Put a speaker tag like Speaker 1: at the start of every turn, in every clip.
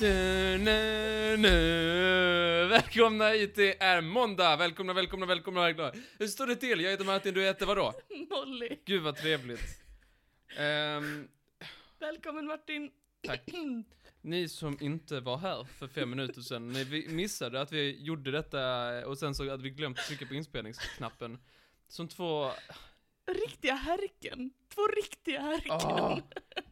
Speaker 1: Nu, nu, nu. Välkomna hit, det är måndag! Välkomna, välkomna, välkomna, välkomna! Hur står det till? Jag heter Martin, du heter vadå?
Speaker 2: Molly.
Speaker 1: Gud vad trevligt! Ehm,
Speaker 2: Välkommen Martin.
Speaker 1: tack. Ni som inte var här för fem minuter sedan, ni vi- missade att vi gjorde detta och sen så hade vi glömt att trycka på inspelningsknappen. Som två...
Speaker 2: Riktiga härken. Två riktiga härken.
Speaker 1: Ah,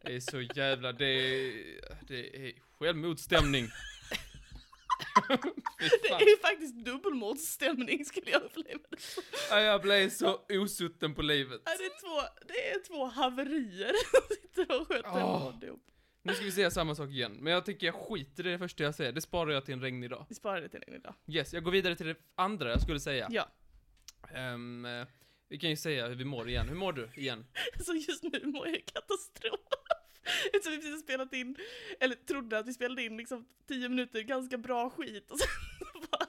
Speaker 1: det är så jävla... Det är, det är självmordsstämning. Fy
Speaker 2: Det
Speaker 1: fan.
Speaker 2: är ju faktiskt dubbelmordsstämning skulle jag uppleva det som.
Speaker 1: Ja, Jag blev så osutten på livet.
Speaker 2: Ja, Det är två, det är två haverier som sitter och sköter
Speaker 1: Ah.
Speaker 2: en podd ihop.
Speaker 1: Nu ska vi säga samma sak igen, men jag tycker jag skiter i det första jag säger. Det sparar jag till en regnig dag.
Speaker 2: Vi sparar det till en idag.
Speaker 1: Yes, jag går vidare till det andra jag skulle säga.
Speaker 2: Ja.
Speaker 1: Ehm, eh, vi kan ju säga hur vi mår igen. Hur mår du igen?
Speaker 2: Så just nu mår jag katastrof. Eftersom vi precis har spelat in, eller trodde att vi spelade in liksom 10 minuter ganska bra skit och sen bara,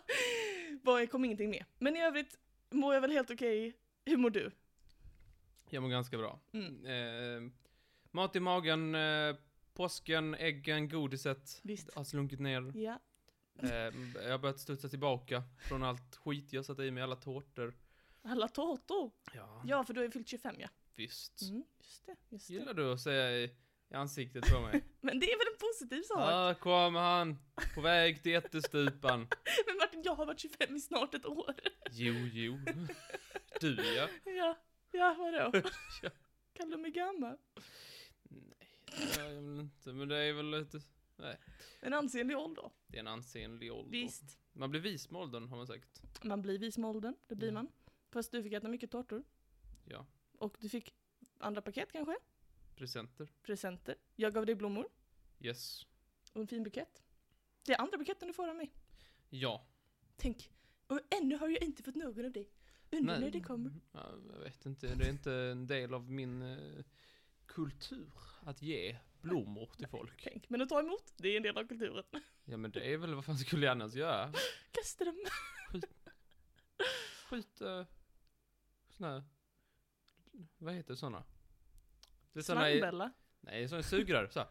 Speaker 2: bara kom ingenting med. Men i övrigt mår jag väl helt okej. Hur mår du?
Speaker 1: Jag mår ganska bra.
Speaker 2: Mm.
Speaker 1: Ehm, mat i magen, eh, påsken, äggen, godiset
Speaker 2: Visst.
Speaker 1: har slunkit ner.
Speaker 2: Ja.
Speaker 1: Ehm, jag har börjat studsa tillbaka från allt skit jag satt i mig, alla tårtor.
Speaker 2: Alla tårtor!
Speaker 1: Ja,
Speaker 2: Ja, för du har ju fyllt 25 ja.
Speaker 1: visst.
Speaker 2: Mm, just det, just det.
Speaker 1: Gillar du att säga i, i ansiktet på mig?
Speaker 2: Men det är väl en positiv sak?
Speaker 1: Här kommer han, på väg till ättestupan.
Speaker 2: Men Martin, jag har varit 25 i snart ett år.
Speaker 1: Jo, jo. Du ja.
Speaker 2: Ja, ja vadå?
Speaker 1: Ja.
Speaker 2: Kallar du mig gammal?
Speaker 1: Nej, jag vill inte, men det är väl lite... Nej,
Speaker 2: En ansenlig ålder.
Speaker 1: det är en ansenlig ålder.
Speaker 2: Visst,
Speaker 1: Man blir vis med åldern, har man sagt.
Speaker 2: man blir vis med åldern, det blir
Speaker 1: Ja.
Speaker 2: man. Fast du fick äta mycket tårtor.
Speaker 1: Ja,
Speaker 2: Och du fick andra paket kanske?
Speaker 1: presenter.
Speaker 2: Presenter. Jag gav dig blommor
Speaker 1: Yes.
Speaker 2: och en fin bukett. Det är andra buketten du får av mig.
Speaker 1: Ja.
Speaker 2: Tänk, och ännu har jag inte fått någon av dig. Undrar
Speaker 1: Nej.
Speaker 2: när det kommer.
Speaker 1: Ja, jag vet inte, det är inte en del av min eh, kultur att ge blommor till folk.
Speaker 2: Tänk, men att ta emot, det är en del av kulturen.
Speaker 1: Ja, men det är väl vad fan skulle jag annars göra?
Speaker 2: Kasta dem.
Speaker 1: Skjuta eh, såna här... Vad heter såna? Det är såna här...
Speaker 2: Slangbella.
Speaker 1: Nej, såna sugrör, så. här.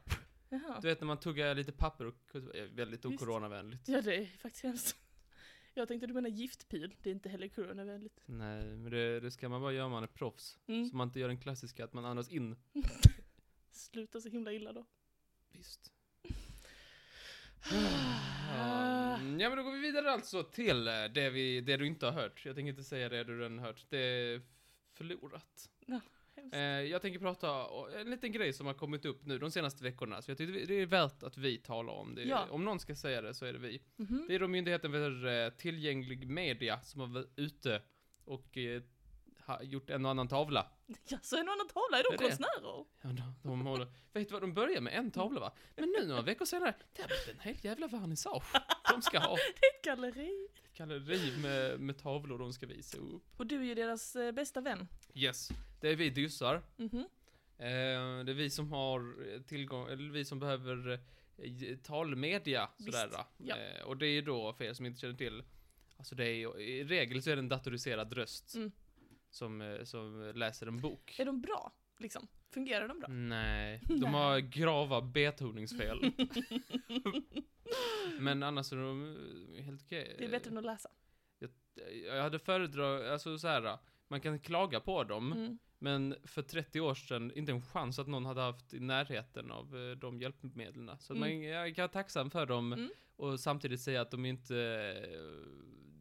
Speaker 2: Jaha.
Speaker 1: Du vet när man tuggar lite papper och är väldigt
Speaker 2: Visst.
Speaker 1: okoronavänligt.
Speaker 2: Ja, det är faktiskt hemskt. Jag tänkte du menar giftpil, det är inte heller coronavänligt.
Speaker 1: Nej, men det, det ska man bara göra om man är proffs.
Speaker 2: Mm.
Speaker 1: Så man inte gör den klassiska att man andas in.
Speaker 2: Sluta så himla illa då.
Speaker 1: Visst.
Speaker 2: Ah.
Speaker 1: Mm, ja, men då går vi vidare alltså till eh, det, vi, det du inte har hört. Jag tänker inte säga det du redan hört. Det är förlorat.
Speaker 2: Hemskt.
Speaker 1: Eh, jag tänker prata om en liten grej som har kommit upp nu de senaste veckorna. Så jag tycker det är värt att vi talar om det.
Speaker 2: Ja.
Speaker 1: Om någon ska säga det så är det vi.
Speaker 2: Mhm.
Speaker 1: Det är då Myndigheten för eh, tillgänglig media som har varit ute och eh, ha, gjort en och annan tavla.
Speaker 2: Ja, så en annan tavla, är
Speaker 1: Det
Speaker 2: de
Speaker 1: är det.
Speaker 2: konstnärer?
Speaker 1: Ja, de, de håller, vet du vad, de börjar med en tavla va? Men nu några veckor senare, det har blivit en hel jävla vernissage. De ska ha
Speaker 2: Det är ett galleri.
Speaker 1: ett galleri med, med tavlor de ska visa upp.
Speaker 2: Och du är ju deras eh, bästa vän.
Speaker 1: Yes, det är vi dyssar.
Speaker 2: Mhm.
Speaker 1: Eh, det är vi som har eh, tillgång, eller vi som behöver eh, ge- talmedia
Speaker 2: Visst,
Speaker 1: sådär. va?
Speaker 2: ja.
Speaker 1: Eh, och det är då, för er som inte känner till, alltså det är ju- i regel så är det en datoriserad röst.
Speaker 2: Mm.
Speaker 1: Som, eh, som läser en bok.
Speaker 2: Är de bra, liksom? Fungerar de bra?
Speaker 1: Nej, de
Speaker 2: Nej.
Speaker 1: har grava betoningsfel. Men annars är de eh, helt okej. Eh,
Speaker 2: Det är bättre än att läsa.
Speaker 1: Jag hade föredrag, alltså så här. Man kan klaga på dem,
Speaker 2: Mm.
Speaker 1: men för 30 år sedan, inte en chans att någon hade haft i närheten av eh, de hjälpmedlen. Så att man,
Speaker 2: Mm.
Speaker 1: jag kan vara tacksam för dem
Speaker 2: Mm.
Speaker 1: och samtidigt säga att de inte... eh,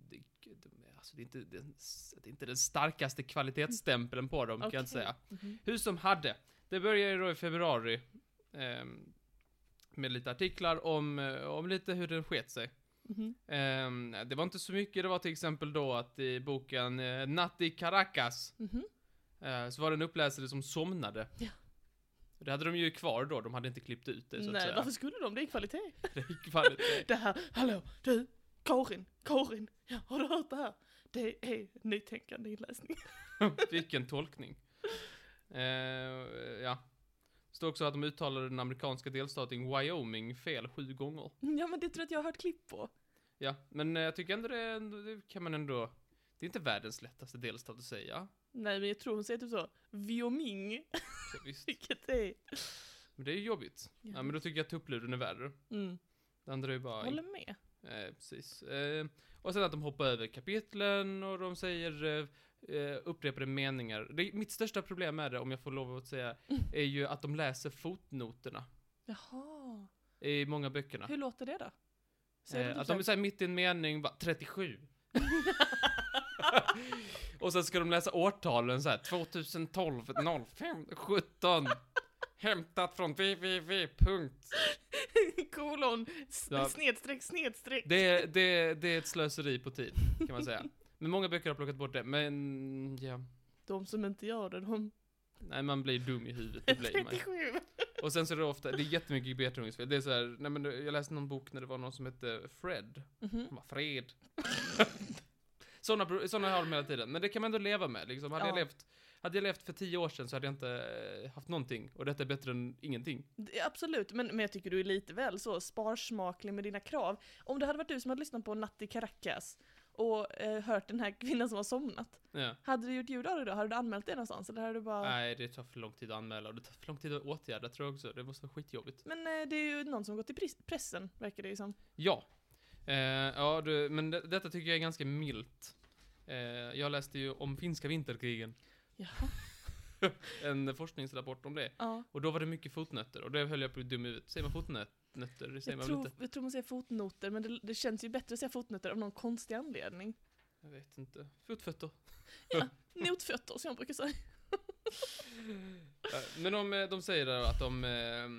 Speaker 1: det- de, alltså det, är inte den, det är inte den starkaste kvalitetsstämpeln på dem, kan jag inte
Speaker 2: Okej.
Speaker 1: säga.
Speaker 2: Mhm.
Speaker 1: Hur som hade, det började ju då i februari ehm, med lite artiklar om, eh, om lite hur den sket sig.
Speaker 2: Mhm.
Speaker 1: Ehm, det var inte så mycket, det var till exempel då att i boken eh, Natt i Caracas
Speaker 2: Mhm.
Speaker 1: eh, så var det en uppläsare som somnade.
Speaker 2: Ja.
Speaker 1: Det hade de ju kvar då, de hade inte klippt ut det så att
Speaker 2: Nej,
Speaker 1: säga.
Speaker 2: varför skulle de? Det är kvalitet.
Speaker 1: Det gick fan inte.
Speaker 2: Det här, hallå, du, Karin, Karin, ja, har du hört det här? Det är nytänkande inläsning.
Speaker 1: Vilken tolkning. Eh, ja. Står också att de uttalade den amerikanska delstaten Wyoming fel sju gånger.
Speaker 2: Ja, men det tror jag att jag har hört klipp på.
Speaker 1: Ja, men eh, jag tycker ändå det, är ändå- det kan man ändå... Det är inte världens lättaste delstat att säga.
Speaker 2: Nej, men jag tror hon säger typ så, Vioming,
Speaker 1: Så visst.
Speaker 2: vilket är...
Speaker 1: Men det är ju jobbigt. Ja, men då tycker jag att tuppluren är värre.
Speaker 2: Mm.
Speaker 1: Det andra är ju bara...
Speaker 2: Håller med.
Speaker 1: Eh, precis. Eh, och sen att de hoppar över kapitlen och de säger eh, eh, upprepade meningar. Det, mitt största problem med det, om jag får lov att säga,
Speaker 2: Mm.
Speaker 1: är ju att de läser fotnoterna
Speaker 2: Jaha.
Speaker 1: i många böckerna.
Speaker 2: Hur låter det då? Säger du
Speaker 1: Eh,
Speaker 2: typ
Speaker 1: att de
Speaker 2: så här-
Speaker 1: är såhär mitt i en mening, bara 37. och sen ska de läsa årtalen såhär, 2012, 05, 17. Hämtat från www.
Speaker 2: Kolon, s-
Speaker 1: Ja.
Speaker 2: snedstreck, snedstreck.
Speaker 1: Det, är- det, är- det är ett slöseri på tid, kan man säga. Men många böcker har plockat bort det, men ja.
Speaker 2: De som inte gör det, de
Speaker 1: Nej, man blir dum i huvudet,
Speaker 2: är
Speaker 1: det blir man.
Speaker 2: 37.
Speaker 1: Och sen så är det ofta, det är jättemycket Beethovens fel. Det är så här, nej men jag läste någon bok när det var någon som hette Fred.
Speaker 2: Mhm.
Speaker 1: Han bara, Fred. sådana, bro- sådana har de hela tiden, men det kan man ändå leva med liksom. Hade, jag
Speaker 2: Ja.
Speaker 1: levt, hade jag levt för tio år sedan så hade jag inte eh, haft någonting, och detta är bättre än ingenting.
Speaker 2: Det- Absolut, men, men jag tycker du är lite väl så sparsmaklig med dina krav. Om det hade varit du som hade lyssnat på Natti Caracas och eh, hört den här kvinnan som har somnat.
Speaker 1: Ja.
Speaker 2: Hade du gjort ljud av det då? Hade du anmält det någonstans? Eller hade du bara...
Speaker 1: Nej, det tar för lång tid att anmäla, och det tar för lång tid att åtgärda tror jag också. Det måste vara skitjobbigt.
Speaker 2: Men eh, det är ju någon som gått i pris- pressen, verkar det ju som.
Speaker 1: Ja. Eh, ja, du, men det, detta tycker jag är ganska milt. Eh, jag läste ju om finska vinterkrigen.
Speaker 2: Jaha.
Speaker 1: en forskningsrapport om det.
Speaker 2: Ja.
Speaker 1: Och då var det mycket fotnötter och det höll jag på att bli dum i huvudet. Säger man fotnötter? Det säger
Speaker 2: Jag
Speaker 1: man väl
Speaker 2: tror,
Speaker 1: inte?
Speaker 2: jag tror man säger fotnoter, men det, det känns ju bättre att säga fotnoter av någon konstig anledning.
Speaker 1: Jag vet inte. Fotfötter.
Speaker 2: Notfötter, som jag brukar säga.
Speaker 1: Eh, Men de, eh, de säger där att de, eh,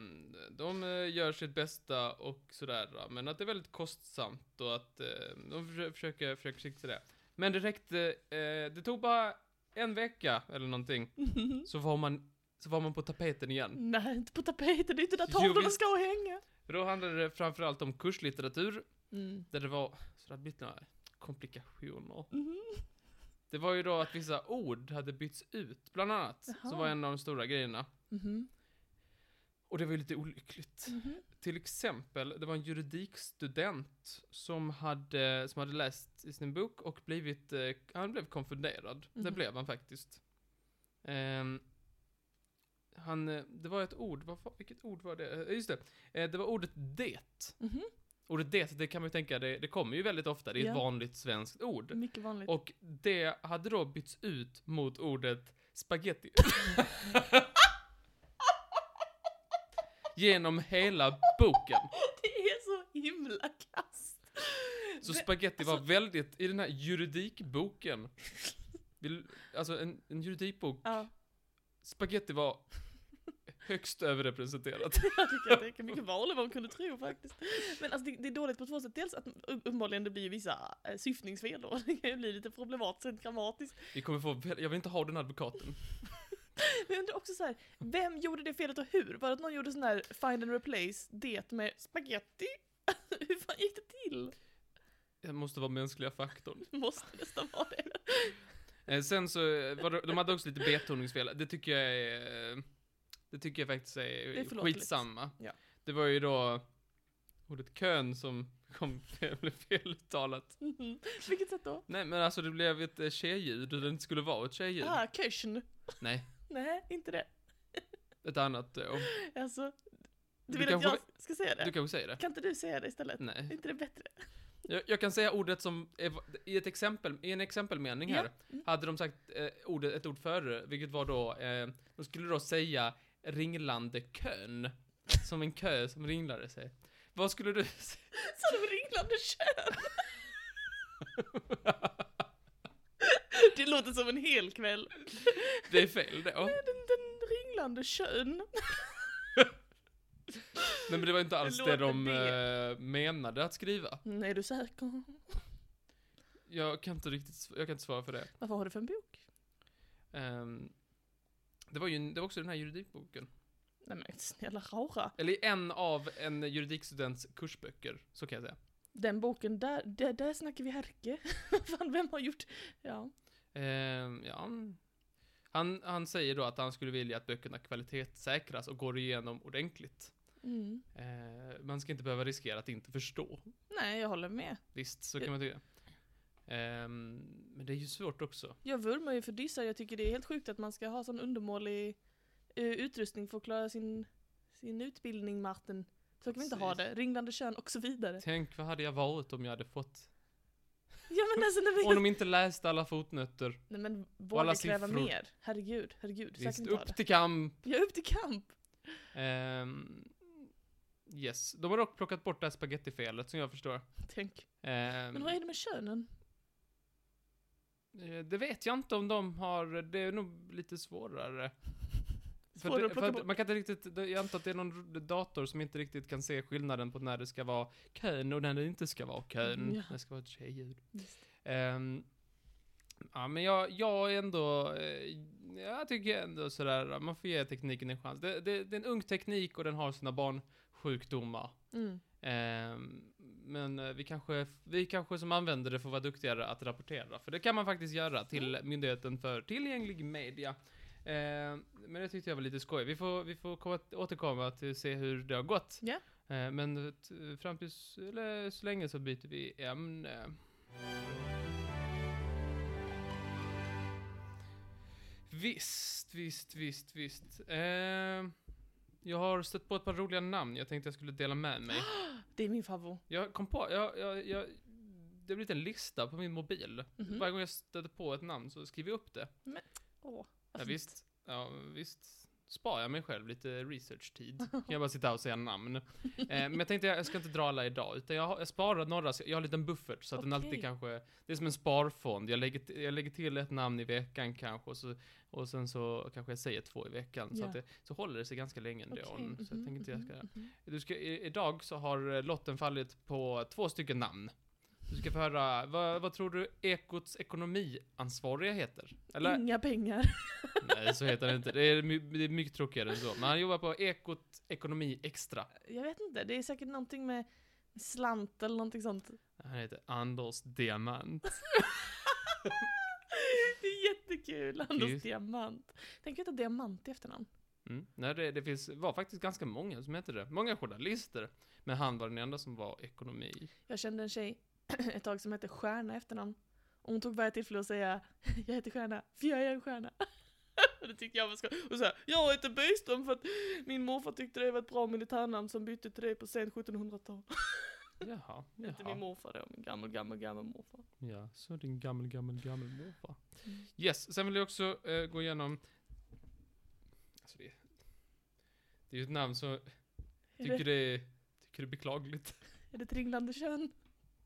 Speaker 1: de eh, gör sitt bästa och sådär. va. Men att det är väldigt kostsamt och att eh, de försö- försöker, försöker sikta det. Men det räckte, eh, det tog bara en vecka eller någonting.
Speaker 2: Mm.
Speaker 1: Så var man, så var man på tapeten igen.
Speaker 2: Nej, inte på tapeten, det är inte där
Speaker 1: Jo,
Speaker 2: tavlorna
Speaker 1: visst.
Speaker 2: ska hänga.
Speaker 1: För då handlade det framförallt om kurslitteratur. Där det var, så det hade blivit några komplikationer.
Speaker 2: Mhm.
Speaker 1: Det var ju då att vissa ord hade bytts ut, bland annat.
Speaker 2: Jaha.
Speaker 1: Som var en av de stora grejerna. Mm-hmm.
Speaker 2: Mhm.
Speaker 1: Och det var ju lite olyckligt.
Speaker 2: Mhm.
Speaker 1: Till exempel, det var en juridikstudent som hade, som hade läst i sin bok och blivit, eh, han blev konfunderad. Det
Speaker 2: Mhm.
Speaker 1: blev han faktiskt. Ehm, han, eh, det var ett ord, vad, fa- vilket ord var det? Eh, Just det, eh, det var ordet det.
Speaker 2: Mhm.
Speaker 1: Ordet det, det kan man ju tänka, det, det kommer ju väldigt ofta, det är
Speaker 2: Ja.
Speaker 1: ett vanligt svenskt ord.
Speaker 2: Mycket vanligt.
Speaker 1: Och det hade då bytts ut mot ordet spaghetti. Genom hela boken.
Speaker 2: Det är så himla kast.
Speaker 1: Så
Speaker 2: Ve-
Speaker 1: spaghetti var
Speaker 2: alltså-
Speaker 1: väldigt, i den här juridikboken. Vill, alltså en, en juridikbok,
Speaker 2: Ja,
Speaker 1: spaghetti var högst överrepresenterat.
Speaker 2: jag tycker att det kan mycket vara vad hon kunde tro faktiskt. Men alltså det, det är dåligt på två sätt. Dels att upp- uppenbarligen det blir ju vissa eh, syftningsfel då. Det kan ju bli lite problematiskt rent grammatiskt.
Speaker 1: Vi kommer få, väl- jag vill inte ha den advokaten.
Speaker 2: Men jag undrar också så här, vem gjorde det felet och hur? Var det att någon gjorde sån här find and replace det med spaghetti? hur fan gick det till?
Speaker 1: Det måste vara mänskliga faktorn.
Speaker 2: Det måste nästan vara det.
Speaker 1: Eh, sen så, eh, var det, de hade också lite betoningsfel. Det tycker jag är... eh, Det tycker jag faktiskt är,
Speaker 2: är förlåtligt.
Speaker 1: skitsamma.
Speaker 2: Ja.
Speaker 1: Det var ju då ordet kön som kom, blev feluttalat.
Speaker 2: Mhm. På vilket sätt då?
Speaker 1: Nej men alltså det blev ett eh, tjejljud, och det inte skulle vara ett tjejljud.
Speaker 2: Ah, köschen.
Speaker 1: Nej,
Speaker 2: Nej, inte det.
Speaker 1: ett annat då.
Speaker 2: Alltså, du,
Speaker 1: Du
Speaker 2: vill
Speaker 1: kanske-
Speaker 2: att jag ska säga det?
Speaker 1: Du kanske säger det?
Speaker 2: Kan inte du säga det istället? Är
Speaker 1: Nej.
Speaker 2: inte det bättre?
Speaker 1: Jag, jag kan säga ordet som, är, i ett exempel, i en exempelmening här,
Speaker 2: Mm.
Speaker 1: hade de sagt eh, ordet, ett ord före, vilket var då, eh, de skulle då säga ringlande kön. Som en kö som ringlade sig. Vad skulle du säga?
Speaker 2: Som ringlande kön. Det låter som en hel kväll.
Speaker 1: Det är fel då.
Speaker 2: Den, den ringlande kön.
Speaker 1: Nej men det var inte alls
Speaker 2: Det
Speaker 1: det
Speaker 2: låter
Speaker 1: de
Speaker 2: det.
Speaker 1: eh, menade att skriva.
Speaker 2: Mm, Är du säker?
Speaker 1: Jag kan inte riktigt, sv- jag kan inte svara för det.
Speaker 2: Vad har du för en bok?
Speaker 1: Ehm, det var ju, en- det var också den här juridikboken.
Speaker 2: Nej men snälla rara.
Speaker 1: Eller i en av en juridikstudents kursböcker, så kan jag säga.
Speaker 2: Den boken där, där, där snackar vi härke. Fan vem har gjort? Ja.
Speaker 1: Ehm, ja. Han, han säger då att han skulle vilja att böckerna kvalitetssäkras och går igenom ordentligt.
Speaker 2: Mm.
Speaker 1: Ehm, man ska inte behöva riskera att inte förstå.
Speaker 2: Nej jag håller med.
Speaker 1: Visst, så kan man tycka. Ehm, men det är ju svårt också.
Speaker 2: Jag vurmar ju för dissar. Jag tycker det är helt sjukt att man ska ha sån undermålig eh, utrustning för att klara sin, sin utbildning Martin. Så kan vi inte ha det. Ringlande kön och så vidare.
Speaker 1: Tänk, vad hade jag varit om jag hade fått?
Speaker 2: Ja men alltså när vi...
Speaker 1: Om de inte läste alla fotnötter.
Speaker 2: Nej men våga
Speaker 1: alla
Speaker 2: kräva
Speaker 1: siffror.
Speaker 2: mer. Herregud, herregud. Så jag
Speaker 1: Visst,
Speaker 2: kan inte ha
Speaker 1: upp
Speaker 2: det.
Speaker 1: till kamp.
Speaker 2: Ja, upp till kamp.
Speaker 1: Ehm, yes. De har dock plockat bort det här spagettifelet som jag förstår.
Speaker 2: Tänk.
Speaker 1: Ehm,
Speaker 2: Men vad är det med könen?
Speaker 1: eh, det vet jag inte om de har, det är nog lite svårare. För
Speaker 2: Svårare
Speaker 1: det,
Speaker 2: att plocka
Speaker 1: för att
Speaker 2: bort.
Speaker 1: man kan inte riktigt, det- jag antar att det är någon r- dator som inte riktigt kan se skillnaden på när det ska vara kön och när det inte ska vara kön.
Speaker 2: Mm, ja.
Speaker 1: När det ska vara ett tjejljud.
Speaker 2: Visst.
Speaker 1: Ehm, ja, men jag, jag är ändå, eh, jag tycker ändå sådär, man får ge tekniken en chans. Det, det, det är en ung teknik och den har sina barnsjukdomar.
Speaker 2: Mm.
Speaker 1: Ehm, men eh, vi kanske, vi kanske som användare får vara duktigare att rapportera, för det kan man faktiskt göra till Myndigheten för tillgänglig media. Ehm, men det tyckte jag var lite skoj. Vi får, vi får komma, återkomma till se hur det har gått.
Speaker 2: Ja.
Speaker 1: Ehm, men t- fram tills, eller så länge så byter vi ämne. Visst, visst, visst, visst. Ehm, jag har stött på ett par roliga namn jag tänkte jag skulle dela med mig.
Speaker 2: Det är min favvo.
Speaker 1: Jag kom på, jag, jag, jag, det har blivit en lista på min mobil.
Speaker 2: Mhm.
Speaker 1: Varje gång jag stöter på ett namn så skriver jag upp det.
Speaker 2: Åh, vad
Speaker 1: Ja,
Speaker 2: fint.
Speaker 1: visst, ja, visst sparar jag mig själv lite research-tid. Kan jag bara sitta och säga namn. Eh, men jag tänkte jag ska inte dra alla idag, utan jag, har- jag sparar några, så jag har en liten buffert så att den alltid
Speaker 2: Okej.
Speaker 1: kanske, det är som en sparfond. Jag lägger, t- jag lägger till ett namn i veckan kanske och, så, och sen så kanske jag säger två i veckan. Så,
Speaker 2: Ja.
Speaker 1: att det, så håller det sig ganska länge ändå.
Speaker 2: Okej,
Speaker 1: Så jag
Speaker 2: mhm,
Speaker 1: tänker inte jag ska...
Speaker 2: mhm, mhm.
Speaker 1: Du ska, i, idag så har eh, lotten fallit på två stycken namn. Du ska få höra, vad, vad tror du Ekots ekonomiansvariga heter? Eller?
Speaker 2: Inga pengar.
Speaker 1: Nej, så heter det inte. Det är, my, det är mycket tråkigare än så. Men han jobbar på Ekot Ekonomi Extra.
Speaker 2: Jag vet inte, det är säkert någonting med slant eller någonting sånt.
Speaker 1: Han heter Anders Diamant.
Speaker 2: det är jättekul, Anders
Speaker 1: Just.
Speaker 2: Diamant. Tänk att heta Diamant i efternamn.
Speaker 1: Mm. Nej, det, det finns, var faktiskt ganska många som hette det. Många journalister. Men han var den enda som var ekonomi.
Speaker 2: Jag kände en tjej ett tag som hette Stjärna i efternamn. Och hon tog varje tillfälle att säga Jag heter Stjärna, för jag är en stjärna. Och det tyckte jag var skoj. Och så här, jag heter Byström för att min morfar tyckte det var ett bra militärnamn som bytte till det på sent 1700-tal.
Speaker 1: Jaha,
Speaker 2: Inte min
Speaker 1: jaha.
Speaker 2: morfar då, min gammel, gammel, gammel morfar.
Speaker 1: Ja, så din gammel, gammel, gammel morfar.
Speaker 2: Mm.
Speaker 1: Yes, sen vill jag också eh, gå igenom... Alltså det, det är ju ett namn som jag
Speaker 2: Är
Speaker 1: tycker
Speaker 2: det,
Speaker 1: det är, tycker det är beklagligt.
Speaker 2: är det ett ringlande kön?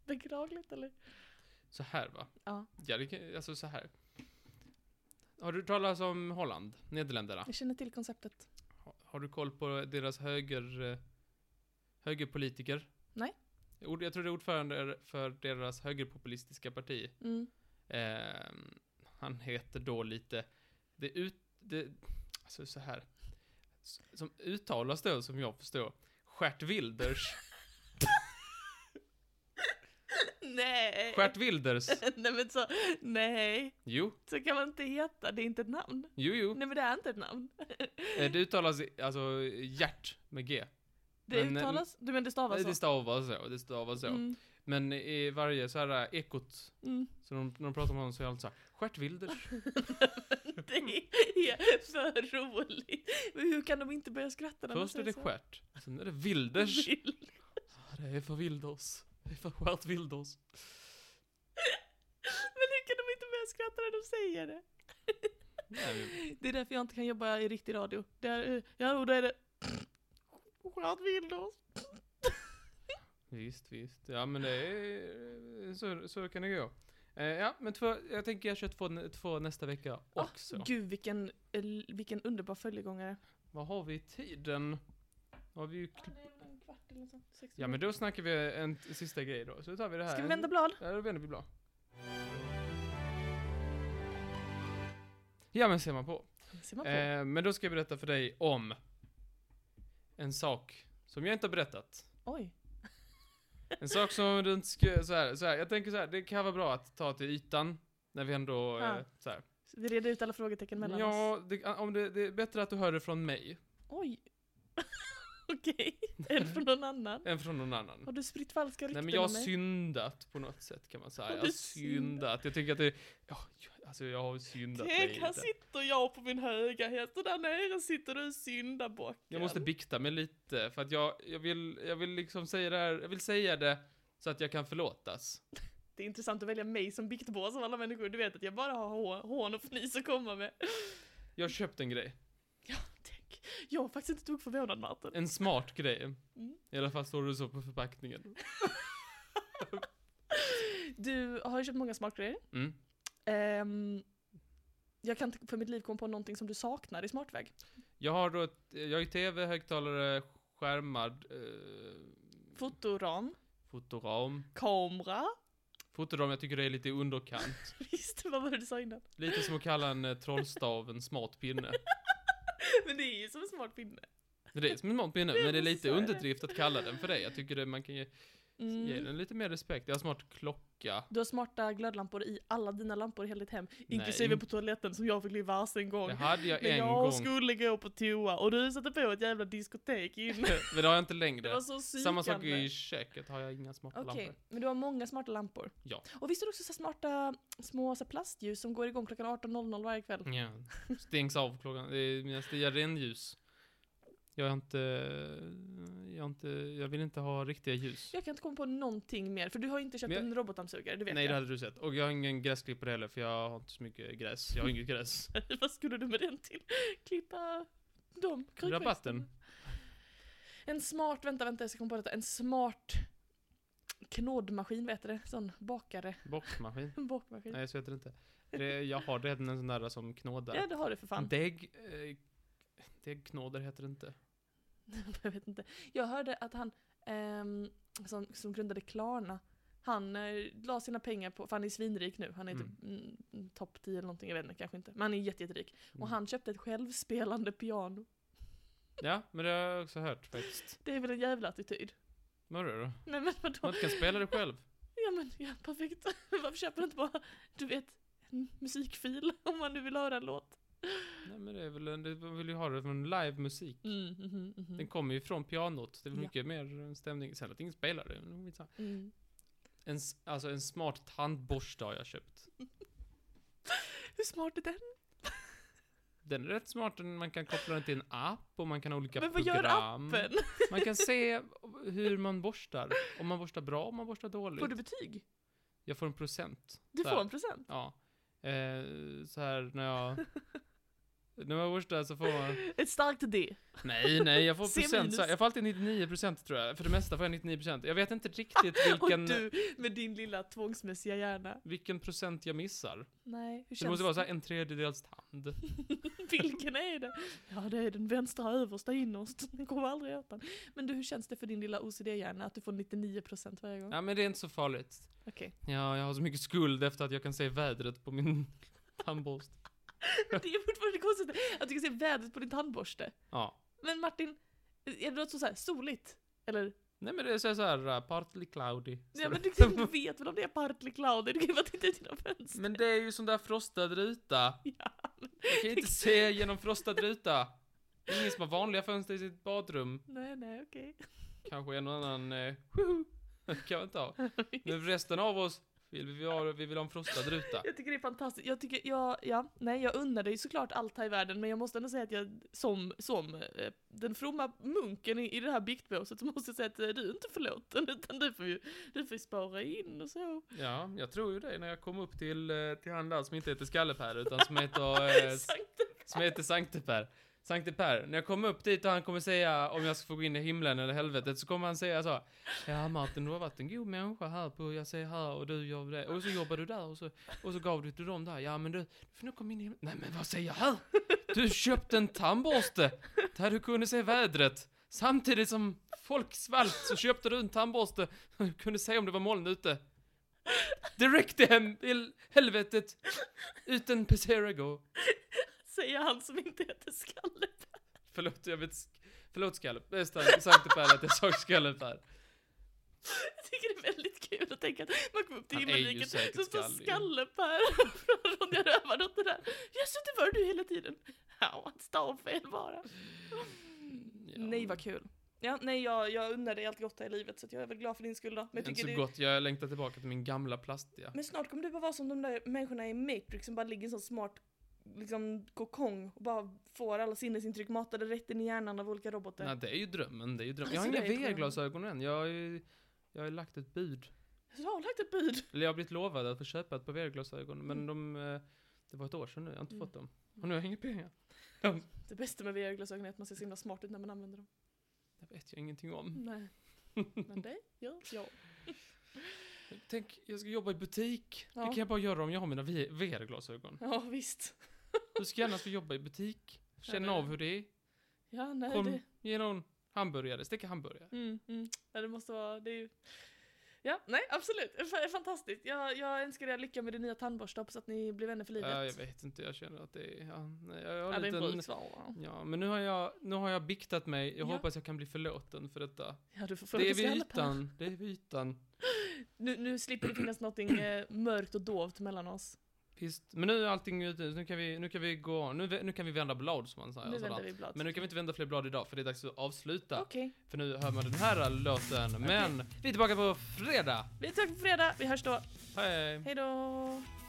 Speaker 2: Beklagligt eller?
Speaker 1: Så här va?
Speaker 2: Ja.
Speaker 1: Ja, det kan, alltså så här. Har du talat om Holland, Nederländerna?
Speaker 2: Jag känner till konceptet.
Speaker 1: Ha- Har du koll på deras höger... eh, Högerpolitiker?
Speaker 2: Nej.
Speaker 1: Ord- Jag tror det är ordförande för deras högerpopulistiska parti.
Speaker 2: Mm.
Speaker 1: Ehm, han heter då lite, det ut, det, alltså så här, S- som uttalas då som jag förstår, Stjärt Wilders.
Speaker 2: Nej!
Speaker 1: Stjärt Wilders.
Speaker 2: nej men så, nej.
Speaker 1: Jo,
Speaker 2: Så kan man inte heta, det är inte ett namn.
Speaker 1: jo, jo.
Speaker 2: Nej men det är inte ett namn.
Speaker 1: Eh, Det uttalas i- alltså hjärt med G.
Speaker 2: Det
Speaker 1: Men, eh,
Speaker 2: uttalas, du menar det stavas
Speaker 1: Eh,
Speaker 2: så?
Speaker 1: Det stavas så, det stavas så.
Speaker 2: Mm,
Speaker 1: Men i varje så här eh, ekot,
Speaker 2: mm.
Speaker 1: så de, när de pratar om honom så är det alltid så här, Stjärt Wilders.
Speaker 2: Det är för roligt. Men hur kan de inte börja skratta när man
Speaker 1: Först är det
Speaker 2: säger så?
Speaker 1: Stjärt, sen är det Wilders.
Speaker 2: Vild.
Speaker 1: Ah, Det är för Wilders. Det är för Stjärt Wilders.
Speaker 2: Men hur kan de inte börja skratta när de säger det?
Speaker 1: Nej, men-
Speaker 2: Det är därför jag inte kan jobba i riktig radio. Det är, eh, ja, och då är det... Skönt Windows.
Speaker 1: Visst, visst. Ja, men det är... Så, så kan det gå. Eh, ja, men två, jag tänker jag kör två, två nästa vecka
Speaker 2: Ah,
Speaker 1: också.
Speaker 2: Gud, vilken, eh, vilken underbar följegångare.
Speaker 1: Vad har vi i tiden? Har vi ju kl-
Speaker 2: en kvart eller så.
Speaker 1: ja, men då snackar vi en t- sista grej då. Så tar vi det här.
Speaker 2: Ska vi vända blad?
Speaker 1: Ja, då vänder vi blad. Ja, men ser man på.
Speaker 2: Ser man på.
Speaker 1: Eh, men då ska jag berätta för dig om en sak som jag inte har berättat.
Speaker 2: Oj.
Speaker 1: En sak som du inte ska, så här, så här, jag tänker så här, det kan vara bra att ta till ytan. När vi ändå,
Speaker 2: Ja.
Speaker 1: eh, så här. ah,
Speaker 2: Vi reder ut alla frågetecken mellan oss.
Speaker 1: Ja, det, om det, det är bättre att du hör det från mig.
Speaker 2: Oj. Okej, en från någon annan.
Speaker 1: En från någon annan.
Speaker 2: Har du spritt falska
Speaker 1: Nej
Speaker 2: rykten
Speaker 1: men jag har
Speaker 2: om mig?
Speaker 1: syndat på något sätt kan man säga.
Speaker 2: Har
Speaker 1: Jag har
Speaker 2: du
Speaker 1: syndat. Jag tycker att det, ja, jag- alltså jag har syndat mig
Speaker 2: Tänk, här
Speaker 1: lite.
Speaker 2: sitter jag på min höga häst och där nere sitter du i syndabocken.
Speaker 1: Jag måste bikta mig lite för att jag, jag vill, jag vill liksom säga det här, jag vill säga det så att jag kan förlåtas.
Speaker 2: Det är intressant att välja mig som biktbås av alla människor. Du vet att jag bara har hå- hån och fnis att komma med.
Speaker 1: Jag har köpt en grej.
Speaker 2: Tänk, jag var faktiskt inte tog förvånad Martin.
Speaker 1: En smart grej.
Speaker 2: Mm.
Speaker 1: I alla fall står det så på förpackningen.
Speaker 2: Du har ju köpt många smartgrejer.
Speaker 1: Mm.
Speaker 2: Ehm, jag kan inte för mitt liv komma på någonting som du saknar i smartväg.
Speaker 1: Jag har då ett, jag har ju tv, högtalare, skärmad, eh,
Speaker 2: Fotoram,
Speaker 1: fotoram.
Speaker 2: kamera.
Speaker 1: Fotoram jag tycker det är lite i underkant.
Speaker 2: Visst, vad var det du sa innan?
Speaker 1: Lite som att kalla en eh, trollstav en smart pinne.
Speaker 2: Men det är ju som en smart pinne.
Speaker 1: Det är som en smart pinne,
Speaker 2: Jag
Speaker 1: men det är
Speaker 2: måste
Speaker 1: lite
Speaker 2: säga det.
Speaker 1: underdrift att kalla den för det. Jag tycker det, man kan ge,
Speaker 2: Mm.
Speaker 1: ge den lite mer respekt. Jag har smart klocka.
Speaker 2: Du har smarta glödlampor i alla dina lampor i hela ditt hem. Inklusive
Speaker 1: in-
Speaker 2: på toaletten som jag fick bli varse en gång.
Speaker 1: Det hade jag
Speaker 2: När
Speaker 1: en
Speaker 2: jag
Speaker 1: gång,
Speaker 2: skulle gå på toa och du satte på ett jävla diskotek in.
Speaker 1: men det har jag inte
Speaker 2: Det
Speaker 1: längre.
Speaker 2: var så psykande.
Speaker 1: Samma sak i köket, har jag inga smarta
Speaker 2: Okej,
Speaker 1: lampor.
Speaker 2: men du har många smarta lampor.
Speaker 1: Ja.
Speaker 2: Och visst är det också så här smarta små så här plastljus som går igång klockan 18.00 varje kväll?
Speaker 1: Ja, stängs av klockan. Det är mina stia renljus. Jag har inte, jag har inte, jag vill inte ha riktiga ljus.
Speaker 2: Jag kan inte komma på någonting mer, för du har ju inte köpt
Speaker 1: Men jag-
Speaker 2: en robotdammsugare, det vet
Speaker 1: Nej, det
Speaker 2: jag.
Speaker 1: hade du sett. Och jag har ingen gräsklippare heller, för jag har inte så mycket gräs. Jag har inget gräs.
Speaker 2: Vad skulle du med den till? Klippa dem? krukväxterna?
Speaker 1: Rabatten.
Speaker 2: En smart, vänta, vänta, jag ska komma på detta. En smart knådmaskin, vad heter det? Sån bakare.
Speaker 1: Bockmaskin.
Speaker 2: En bakmaskin.
Speaker 1: Nej, så heter det inte. Det, jag har redan en sån där som knådar.
Speaker 2: ja, det har du för fan.
Speaker 1: Dägg... Eh, däggknådar heter det inte.
Speaker 2: jag vet inte. Jag hörde att han ehm, som, som grundade Klarna, han eh, la sina pengar på, för han är svinrik nu, han är typ mm, topp 10 eller någonting, jag vet inte, kanske inte. Men han är jätte, jätterik.
Speaker 1: Mm.
Speaker 2: Och han köpte ett självspelande piano.
Speaker 1: Mm. Ja, men det har jag också hört faktiskt.
Speaker 2: Det är väl en jävla attityd?
Speaker 1: Vad är det då?
Speaker 2: Nej men vadå?
Speaker 1: Man kan spela det själv.
Speaker 2: Ja men ja, perfekt. Varför köper du inte bara, du vet, en musikfil om man nu vill höra en låt?
Speaker 1: Nej, men det är väl en, det, man vill ju ha det från live musik.
Speaker 2: Mm, mhm, mhm.
Speaker 1: Den kommer ju från pianot. Det är väl
Speaker 2: Ja.
Speaker 1: mycket mer stämning. Sen att ingen spelar det. är nog skitsamma.
Speaker 2: Mm.
Speaker 1: En, s- alltså en smart tandborste har jag köpt.
Speaker 2: Hur smart är den?
Speaker 1: Den är rätt smart. den- Man kan koppla den till en app och man kan ha olika
Speaker 2: Men vad
Speaker 1: program.
Speaker 2: gör
Speaker 1: Mm,
Speaker 2: appen?
Speaker 1: Man kan se hur man borstar. Om man borstar bra, om man borstar dåligt.
Speaker 2: Får du betyg?
Speaker 1: Jag får en procent.
Speaker 2: Du
Speaker 1: Så här.
Speaker 2: får en present.
Speaker 1: Ja. Eh, så här när jag... när jag borstar så får man...
Speaker 2: Ett starkt D.
Speaker 1: Nej, nej, jag får
Speaker 2: C
Speaker 1: procent. Så här,
Speaker 2: minus.
Speaker 1: jag får alltid 99% tror jag. För det mesta får jag 99%. Jag vet inte riktigt vilken,
Speaker 2: Och du med din lilla tvångsmässiga hjärna.
Speaker 1: vilken procent jag missar.
Speaker 2: Nej, hur känns
Speaker 1: Det måste vara så här en tredjedels tand.
Speaker 2: Vilken är det? Ja, det är den vänstra översta innerst. Den kommer aldrig åt den. Men du, hur känns det för din lilla OCD-hjärna att du får 99% varje gång?
Speaker 1: Ja, men det är inte så farligt.
Speaker 2: Okej.
Speaker 1: Ja, jag har så mycket skuld efter att jag kan se vädret på min tandborste.
Speaker 2: Men det är fortfarande konstigt att du kan se vädret på din tandborste.
Speaker 1: Ja.
Speaker 2: Men Martin, är det något så här soligt? Eller?
Speaker 1: Nej, men det är så här, så här uh, partly cloudy.
Speaker 2: Ja,
Speaker 1: Så
Speaker 2: men
Speaker 1: det-
Speaker 2: du du vet väl om det är partly cloudy? Du kan ju bara titta ut genom fönstret.
Speaker 1: men det är ju sån där frostad ruta.
Speaker 2: Ja,
Speaker 1: Jag kan ju inte se genom frostad ruta. Det är Ingen som har vanliga fönster i sitt badrum.
Speaker 2: nej, nej, okej.
Speaker 1: Kanske en och annan... Eh, whoho. kan vi inte ha. Men resten av oss vill vi ha, vi vill ha en frostad ruta.
Speaker 2: Jag tycker det är fantastiskt. Jag tycker, jag, ja, nej, jag unnar dig såklart allt här i världen, men jag måste ändå säga att jag som, som eh, den fromma munken i, i det här biktbåset så måste jag säga att eh, du är inte förlåten, utan du får ju, du får ju spara in och så.
Speaker 1: Ja, jag tror ju det när jag kom upp till, eh, till han där som inte heter Skallepär utan som heter... Eh,
Speaker 2: Sankte-
Speaker 1: som heter Sankte Per. Sankte Per, när jag kommer upp dit och han kommer säga om jag ska få gå in i himlen eller helvetet så kommer han säga så. Ja Martin, du har varit en god människa här på, jag säger här och du gör det och så jobbar du där och så, och så gav du till dem där. Ja men du, du får nog komma in i himlen. Nej men vad säger jag här? Du köpte en tandborste där du kunde se vädret. Samtidigt som folk svalt så köpte du en tandborste och kunde se om det var moln ute. Direkt i hem, i helvetet, utan Peserago.
Speaker 2: Säger han som inte heter Skalle.
Speaker 1: Förlåt, jag vet... sk- Förlåt Skallep. Eh, Stank- Sankte Per att jag sa Skallep här.
Speaker 2: Jag tycker det är väldigt kul att tänka att man kommer upp till
Speaker 1: Han är ju
Speaker 2: himmelriket så
Speaker 1: säkert
Speaker 2: står
Speaker 1: skallig.
Speaker 2: Skalle-Per från Ronja Rövardotter där. Jag suttit för du hela tiden. Ja, ett stavfel bara.
Speaker 1: Ja.
Speaker 2: Nej, vad kul. Ja, nej jag, jag unnar dig allt gotta i livet så att jag är väl glad för din skull då. Men, jag
Speaker 1: Inte
Speaker 2: tycker
Speaker 1: så
Speaker 2: det,
Speaker 1: gott, jag längtar tillbaka till min gamla plastiga.
Speaker 2: men snart kommer du bara vara som de där människorna i Matrix som bara ligger i en sån smart liksom kokong och bara får alla sinnesintryck matade rätt in i hjärnan av olika robotar.
Speaker 1: Nej, det är ju drömmen, det är ju drömmen. Jag har
Speaker 2: Alltså,
Speaker 1: inga
Speaker 2: det är drömmen.
Speaker 1: VR-glasögon än, jag har ju, jag har ju lagt ett bud.
Speaker 2: Så jag har lagt ett bud.
Speaker 1: Eller jag har blivit lovad att få köpa ett par VR-glasögon, men
Speaker 2: Mm.
Speaker 1: de, eh, det var ett år sedan nu, jag har inte
Speaker 2: Mm.
Speaker 1: fått dem. Och nu har jag inga pengar.
Speaker 2: Det bästa med VR-glasögon är att man ser så himla smart ut när man använder dem.
Speaker 1: Det vet jag ingenting om.
Speaker 2: Nej. Men det gör jag.
Speaker 1: Tänk, jag ska jobba i butik.
Speaker 2: Ja.
Speaker 1: Det kan jag bara göra om jag har mina vi- VR-glasögon.
Speaker 2: Ja visst.
Speaker 1: Du ska gärna få jobba i butik, känna
Speaker 2: det-
Speaker 1: av hur det är.
Speaker 2: Ja nej
Speaker 1: Kom,
Speaker 2: det...
Speaker 1: ge någon hamburgare, steka hamburgare.
Speaker 2: Mm, mm. Ja, det måste vara, det är ju... Ja, nej absolut. F- Fantastiskt. Jag, jag önskar er lycka med din nya tandborste, hoppas att ni blir vänner för livet.
Speaker 1: Ja, jag vet inte, jag känner att det är... Ja, nej, jag har
Speaker 2: Ja, det är en
Speaker 1: liten,
Speaker 2: bruksvara.
Speaker 1: ja, men nu har, jag, nu har jag biktat mig. Jag
Speaker 2: Ja.
Speaker 1: hoppas jag kan bli förlåten för detta.
Speaker 2: Ja, du får fråga
Speaker 1: Det är
Speaker 2: till
Speaker 1: vid
Speaker 2: hjälp här.
Speaker 1: ytan, det är vid ytan.
Speaker 2: Nu, nu slipper det finnas något eh, mörkt och dovt mellan oss.
Speaker 1: Visst, men nu är allting ute, nu kan vi, nu kan vi gå on. Nu, vä- nu kan vi vända blad som man säger.
Speaker 2: nu
Speaker 1: och sådant.
Speaker 2: vänder vi blad.
Speaker 1: Men nu kan vi inte vända fler blad idag för det är dags att avsluta.
Speaker 2: Okej.
Speaker 1: För nu hör man den här låten. Men vi är tillbaka på fredag.
Speaker 2: Vi är tillbaka på fredag. Vi hörs då.
Speaker 1: Hej!
Speaker 2: Hej då!